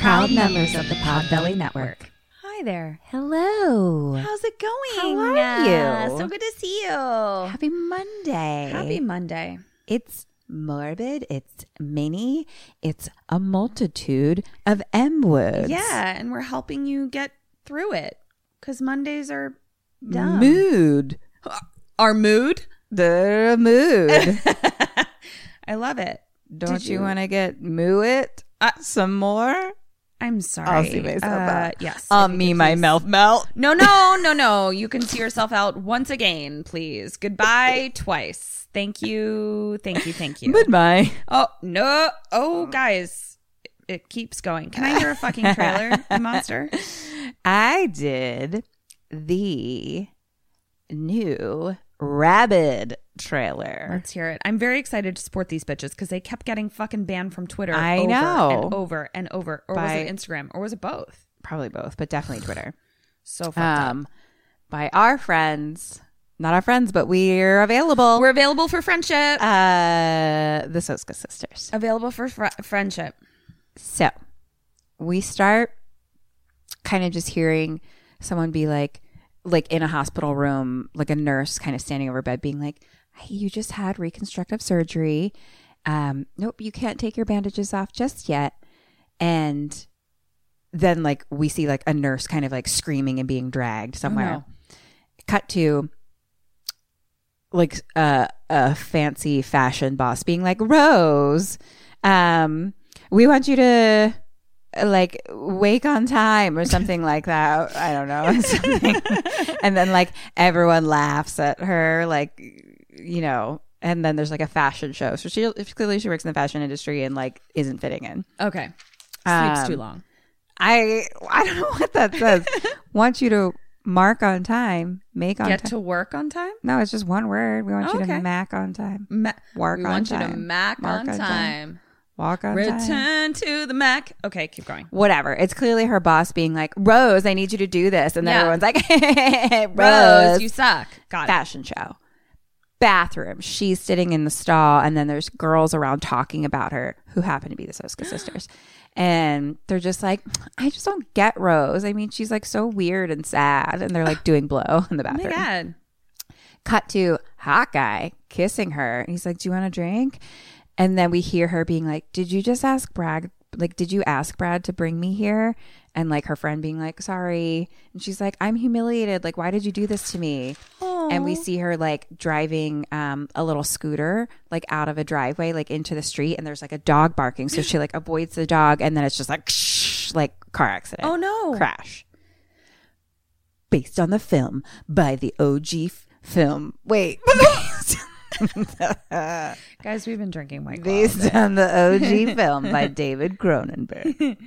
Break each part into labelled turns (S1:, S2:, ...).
S1: Proud members of the Podbelly Network.
S2: Hi there.
S1: Hello.
S2: How's it going?
S1: How are
S2: Uh,
S1: you?
S2: So good to see you.
S1: Happy Monday.
S2: Happy Monday.
S1: It's morbid. It's many. It's a multitude of M words.
S2: Yeah, and we're helping you get through it because Mondays are dumb.
S1: Mood.
S2: Our mood.
S1: The mood.
S2: I love it.
S1: Don't
S2: Did
S1: you, want to get moo it some more?
S2: I'm sorry.
S1: I'll see myself
S2: Uh,
S1: out.
S2: Yes.
S1: Uh,
S2: if you
S1: me,
S2: could
S1: my
S2: please-
S1: mouth melt.
S2: No, no, no, no. You can see yourself out once again, please. Goodbye twice. Thank you. Thank you. Thank you.
S1: Goodbye.
S2: Oh no! Oh, guys, it keeps going. Can I hear a fucking trailer, you monster?
S1: I did the new Rabid trailer.
S2: Let's hear it. I'm very excited to support these bitches because they kept getting fucking banned from Twitter.
S1: I
S2: over
S1: know.
S2: and over and over, or
S1: By-
S2: was it Instagram, or was it both?
S1: Probably both, but definitely Twitter.
S2: So fucked up.
S1: Um, by our friends, not our friends, but we're available.
S2: We're available for friendship.
S1: uh, the Soska sisters.
S2: available for fr- friendship.
S1: So we start kind of just hearing someone be like, like in a hospital room, like a nurse kind of standing over bed, being like, hey, "You just had reconstructive surgery. Um, nope, you can't take your bandages off just yet." And then, like, we see like a nurse kind of like screaming and being dragged somewhere. Cut to like uh, a fancy fashion boss being like, "Rose, um, we want you to." uh, like wake on time or something like that i don't know something. and then like everyone laughs at her like you know and then there's like a fashion show so she clearly she works in the fashion industry and like isn't fitting in
S2: Okay, sleeps too
S1: Um,
S2: long.
S1: i i don't know what that says want you to mark on time make on
S2: Get
S1: time
S2: to work on time.
S1: no it's just one word we want you to
S2: Okay.
S1: mac on time
S2: Ma-
S1: Work
S2: we
S1: on
S2: want you to
S1: time.
S2: mac
S1: Mark
S2: on,
S1: on time.
S2: time.
S1: walk on time
S2: Return to the mac. Okay, keep going.
S1: whatever. It's clearly her boss being like, Rose, I need you to do this. And then
S2: Yeah.
S1: everyone's like, Rose,
S2: Rose, you suck. Got it.
S1: fashion show. Bathroom. She's sitting in the stall, and then there's girls around talking about her who happen to be the Soska sisters. And they're just like, I just don't get Rose. I mean, she's like so weird and sad. And they're like doing blow in the
S2: Oh my
S1: bathroom.
S2: god.
S1: Cut to Hawkeye kissing her. And he's like, Do you want a drink? And then we hear her being like, Did you just ask Brad? Like, did you ask Brad to bring me here? And like her friend being like, Sorry. And she's like, I'm humiliated. Like, why did you do this to me? And we see her like driving um, a little scooter like out of a driveway, like into the street. And there's like a dog barking. So she like avoids the dog. And then it's just like, like car accident
S2: Oh no.
S1: crash based on the film by the OG f- film. Wait,
S2: Guys, we've been drinking white claw.
S1: based on the OG film by David Cronenberg.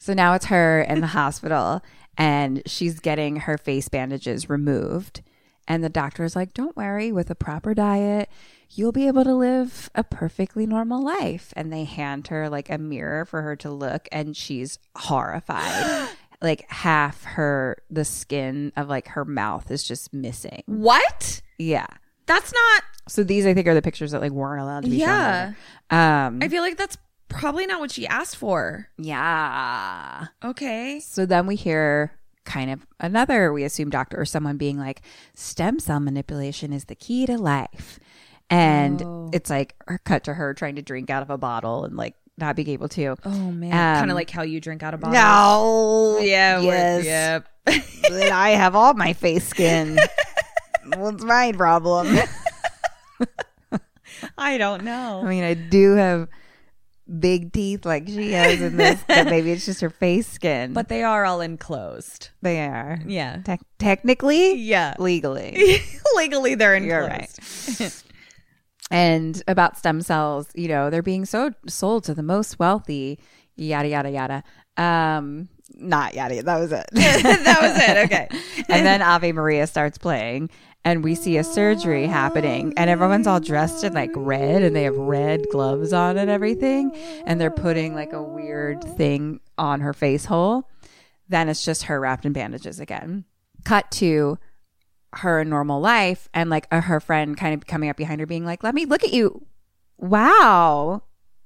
S1: So now it's her in the hospital and she's getting her face bandages removed. And the doctor is like, don't worry, with a proper diet, you'll be able to live a perfectly normal life. And they hand her like a mirror for her to look, and she's horrified. like half her, the skin of like her mouth is just missing.
S2: What?
S1: Yeah.
S2: That's not.
S1: So these, I think, are the pictures that like weren't allowed to be
S2: Yeah.
S1: shown. Yeah. Um.
S2: I feel like that's probably not what she asked for.
S1: yeah.
S2: Okay.
S1: So then we hear kind of another, we assume, doctor or someone being like, stem cell manipulation is the
S2: Oh.
S1: key to life, and it's like her cut to her trying to drink out of a bottle and like not being able to.
S2: Oh man,
S1: Um,
S2: kind of like how you drink out of bottles.
S1: No.
S2: Yeah.
S1: Yes.
S2: We're, yep.
S1: But I have all my face skin. What's my problem?
S2: I don't
S1: I
S2: know.
S1: mean, I do have big teeth like she has in this, but maybe it's just her face skin.
S2: But they are all enclosed.
S1: they are.
S2: Yeah.
S1: Tec- technically,
S2: Yeah.
S1: legally.
S2: Legally, they're enclosed.
S1: You're and about stem cells, you know, they're being so sold to the most wealthy, yada yada yada. Um, not yada. That was it.
S2: that was it. Okay.
S1: and then Ave Maria starts playing, and we see a surgery happening, and everyone's all dressed in like red, and they have red gloves on and everything, and they're putting like a weird thing on her face hole. Then it's just her wrapped in bandages again. Cut to her normal life, and like uh, her friend kind of coming up behind her, being like, "Let me look at you, wow,"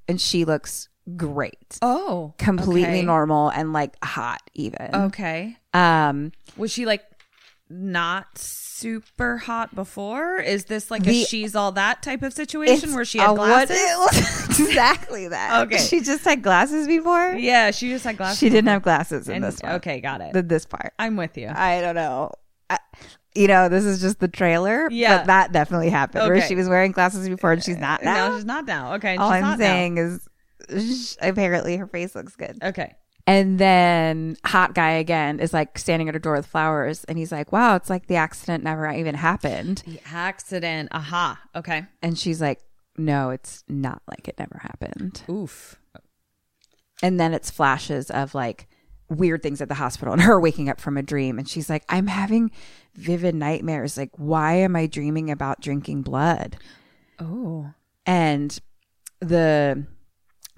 S1: and she looks great,
S2: Oh.
S1: completely
S2: okay.
S1: normal, and like hot even.
S2: Okay.
S1: Um.
S2: Was she like not super hot before? Is this like
S1: The-
S2: a she's all that type of situation where she had
S1: a what-
S2: glasses?
S1: exactly that.
S2: Okay.
S1: She just had glasses before.
S2: yeah, she just had glasses.
S1: She didn't have glasses in
S2: and,
S1: this one.
S2: Okay, got it.
S1: The, this part.
S2: I'm with you.
S1: I don't know. I, you know, this is just the trailer.
S2: Yeah.
S1: But that definitely happened where
S2: Okay. Uh,
S1: she was wearing glasses before and she's not now.
S2: No, she's not now. Okay,
S1: All
S2: she's
S1: I'm
S2: not
S1: saying is sh- apparently her face looks good.
S2: Now. Okay.
S1: And then hot guy again is like standing at her door with flowers and he's like, wow, it's like the accident never even happened.
S2: The accident. Aha. Okay.
S1: And she's like, no, it's not like it never happened.
S2: Oof.
S1: and then it's flashes of like weird things at the hospital and her waking up from a dream and she's like i'm having vivid nightmares like why am i dreaming about drinking blood
S2: Oh.
S1: and the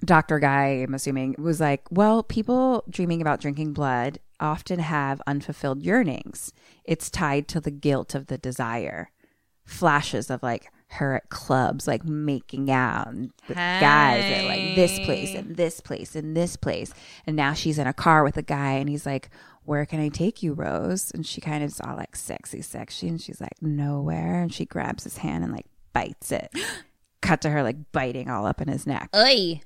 S1: doctor guy i'm assuming was like well people dreaming about drinking blood often have unfulfilled yearnings it's tied to the guilt of the desire flashes of like her at clubs like making out and with guys at like this place and this place and this place and now she's in a car with a guy and he's like where can i take you rose and she kind of saw like sexy sexy and she's like nowhere and she grabs his hand and like bites it cut to her like biting all up in his neck.
S2: Oy.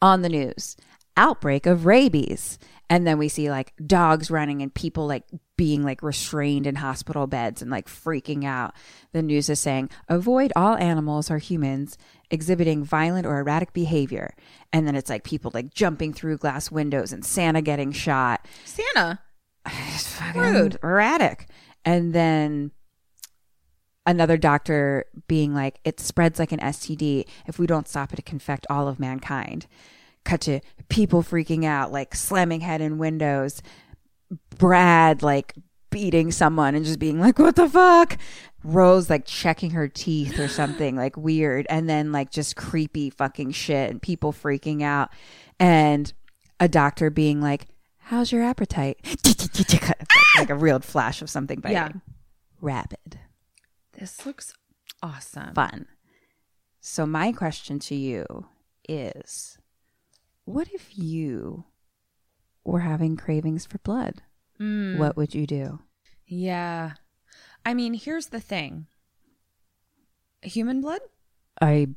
S1: On the news, outbreak of rabies. And then we see like dogs running and people like being like restrained in hospital beds and like freaking out. The news is saying avoid all animals or humans exhibiting violent or erratic behavior. And then it's like people like jumping through glass windows and Santa getting shot.
S2: Santa.
S1: It's fucking rude, erratic. And then another doctor being like, it spreads like an STD. If we don't stop it, it can infect all of mankind. Cut to people freaking out, like slamming head in windows. Brad, like, beating someone and just being like, what the fuck? Rose, like, checking her teeth or something, like, weird. And then, like, just creepy fucking shit and people freaking out. And a doctor being like, how's your appetite? like a real flash of something biting.
S2: Yeah.
S1: Rapid
S2: This looks awesome.
S1: fun. So, my question to you is what if you were having cravings for blood?
S2: Hmm.
S1: What would you do?
S2: Yeah. I mean, here's the thing. Human blood?
S1: I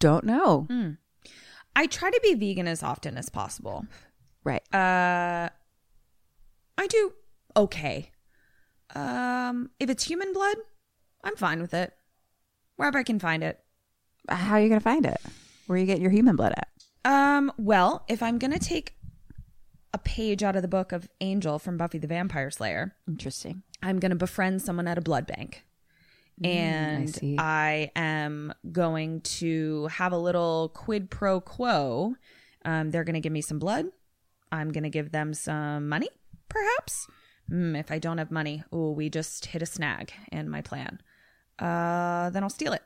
S1: don't know.
S2: Hmm. I try to be vegan as often as possible.
S1: Right.
S2: Uh I do okay. Um if it's human blood, I'm fine with it. Wherever I can find it.
S1: How are you going to find it? Where you get your human blood at?
S2: Um well, if I'm going to take a page out of the book of Angel from Buffy the Vampire Slayer,
S1: Interesting.
S2: I'm going to befriend someone at a blood bank. And
S1: Mm, see.
S2: I, am going to have a little quid pro quo. Um, they're going to give me some blood. I'm going to give them some money, perhaps. Mm, if I don't have money, oh, we just hit a snag in my plan. Uh, then I'll steal it.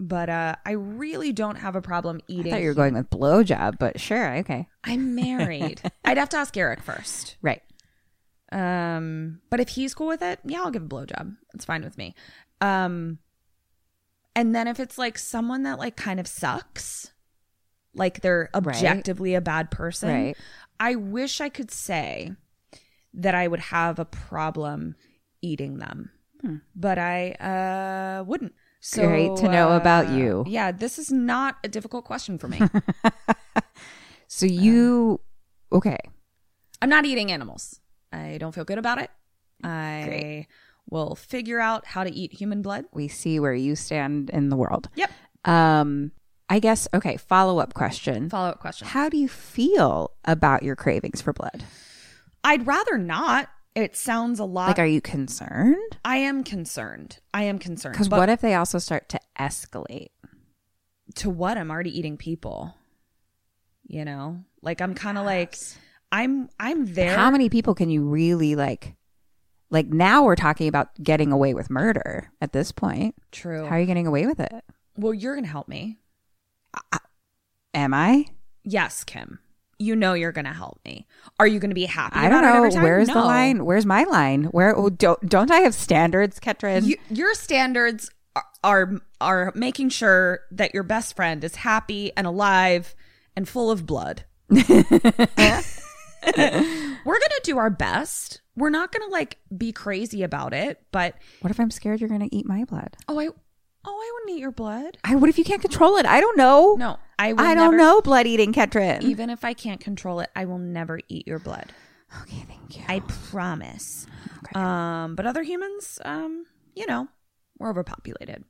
S2: But uh, I really don't have a problem
S1: I
S2: eating.
S1: thought you were going with blowjob, but sure. Okay.
S2: I'm married. I'd have to ask Eric first.
S1: Right.
S2: Um, but if he's cool with it, yeah, I'll give a blowjob. It's fine with me. Um, and then if it's like someone that like kind of sucks, like they're objectively a bad person,
S1: Right.
S2: I wish I could say that I would have a problem eating them, but I uh wouldn't. So,
S1: Hmm.
S2: uh,
S1: Great to know about you.
S2: Yeah, this is not a difficult question for me.
S1: So
S2: Um,
S1: you, okay.
S2: I'm not eating animals. I don't feel good about it. I will figure out how to eat human blood.
S1: We see where you stand in the world.
S2: Yep.
S1: Um, I guess, okay, follow up question.
S2: Follow up question.
S1: How do you feel about your cravings for blood?
S2: I'd rather not. It sounds a lot.
S1: Like, are you concerned?
S2: I am concerned. I am concerned.
S1: Because
S2: But
S1: what if they also start to escalate?
S2: to what I'm already eating people. You know, like I'm kind of like I'm I'm there.
S1: How many people can you really like? Like now we're talking about getting away with murder at this point.
S2: True.
S1: How are you getting away with it?
S2: well, you're gonna help me.
S1: Am I?
S2: Yes, Kim. You know you're gonna help me. Are you gonna be happy?
S1: I don't
S2: about it every
S1: know.
S2: time?
S1: Where's the
S2: No.
S1: line? Where's my line? Where oh, don't don't I have standards, Ketrin?
S2: You, your standards are, are are making sure that your best friend is happy and alive and full of blood. We're gonna do our best. We're not gonna like be crazy about it, but
S1: what if I'm scared you're going to eat my blood?
S2: oh, I oh, I wouldn't eat your blood.
S1: I what if you can't control it? I don't know.
S2: No, I will
S1: I don't
S2: never-
S1: know blood eating, Ketrin.
S2: Even if I can't control it, I will never eat your blood.
S1: okay, thank you.
S2: I promise. Um, but other humans, um, you know, we're overpopulated.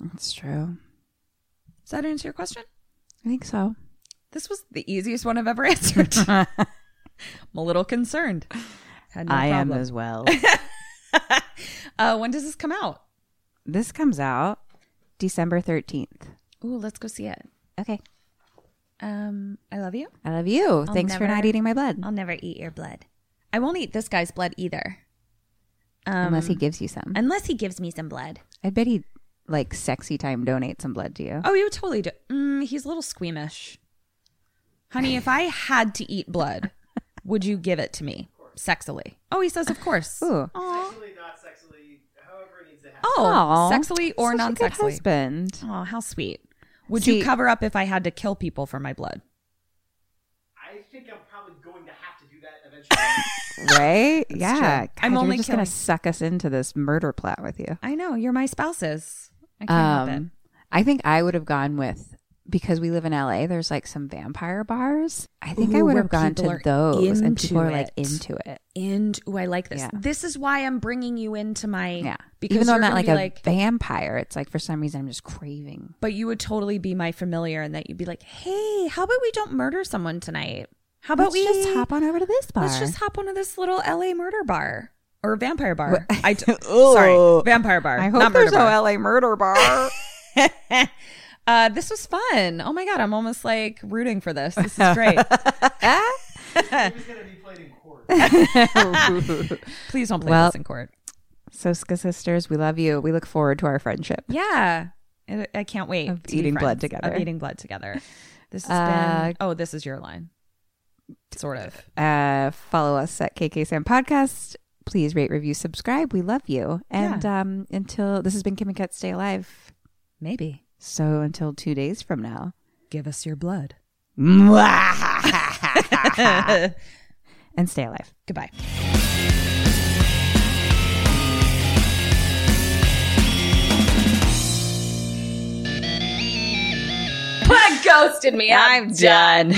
S1: That's true.
S2: Does that answer your question?
S1: I think so.
S2: This was the easiest one I've ever answered. I'm a little concerned. Had no problem.
S1: well.
S2: Uh, when does this come out?
S1: this comes out December 13th.
S2: Ooh, let's go see it.
S1: Okay.
S2: Um, I love you.
S1: I love you.
S2: I'll
S1: Thanks for
S2: never-
S1: not eating my blood.
S2: I'll never eat your blood. I won't eat this guy's blood either. Um,
S1: unless he gives you some.
S2: Unless he gives me some blood.
S1: I bet he like sexy time donates some blood to you.
S2: Oh, you would totally do. Mm, he's a little squeamish. Honey, if I had to eat blood, would you give it to me sexily? Oh, he says, of course.
S1: Ooh.
S2: Oh,
S1: Aw.
S2: sexually or
S1: Such a good
S2: non sexually.
S1: husband.
S2: Oh, how sweet. Would
S1: See-
S2: you cover up if I had to kill people for my blood?
S3: I think I'm probably going to have to do that eventually.
S1: Right? yeah.
S2: true. I'm
S1: you're
S2: only
S1: just going
S2: killing-
S1: to suck us into this murder plot with you.
S2: I know. You're my spouses. I can't help
S1: Um, I think I would have gone with because we live in LA. There's like some vampire bars. I think I
S2: Ooh,
S1: would
S2: where
S1: have gone
S2: people
S1: to
S2: are
S1: those, and people
S2: into
S1: are like
S2: it.
S1: into it.
S2: it. And ooh, I like this.
S1: Yeah.
S2: This is why I'm bringing you into my.
S1: Yeah,
S2: Because
S1: even though I'm
S2: you're
S1: not
S2: gonna
S1: like
S2: be
S1: a vampire, it's like for some reason I'm just craving.
S2: But you would totally be my familiar, and that you'd be like, "Hey, how about we don't murder someone tonight? How about
S1: let's
S2: we
S1: just hop on over to this bar.
S2: Let's just hop onto this little LA murder bar or vampire bar.
S1: What?
S2: I t- sorry, vampire bar.
S1: I hope
S2: not
S1: there's
S2: murder
S1: no
S2: bar.
S1: LA murder bar.
S2: Uh, this was fun. Oh my god, I'm almost like rooting for this. This is great. Please don't play
S1: Well-
S2: this in court.
S1: so, Ska sisters, we love you. We look forward to our friendship.
S2: Yeah, I, I can't wait
S1: Of
S2: to be
S1: eating
S2: friends,
S1: blood together.
S2: Of eating blood together. This has
S1: Uh,
S2: been. Oh, this is your line. Sort of.
S1: Uh, follow us at KK Sam Podcast. Please rate, review, subscribe. We love you. And um, until this has been Kim and Kat Stay Alive.
S2: Maybe.
S1: So until two days from now.
S2: Give us your blood.
S1: and stay alive.
S2: Goodbye.
S4: ghosted me. I'm done.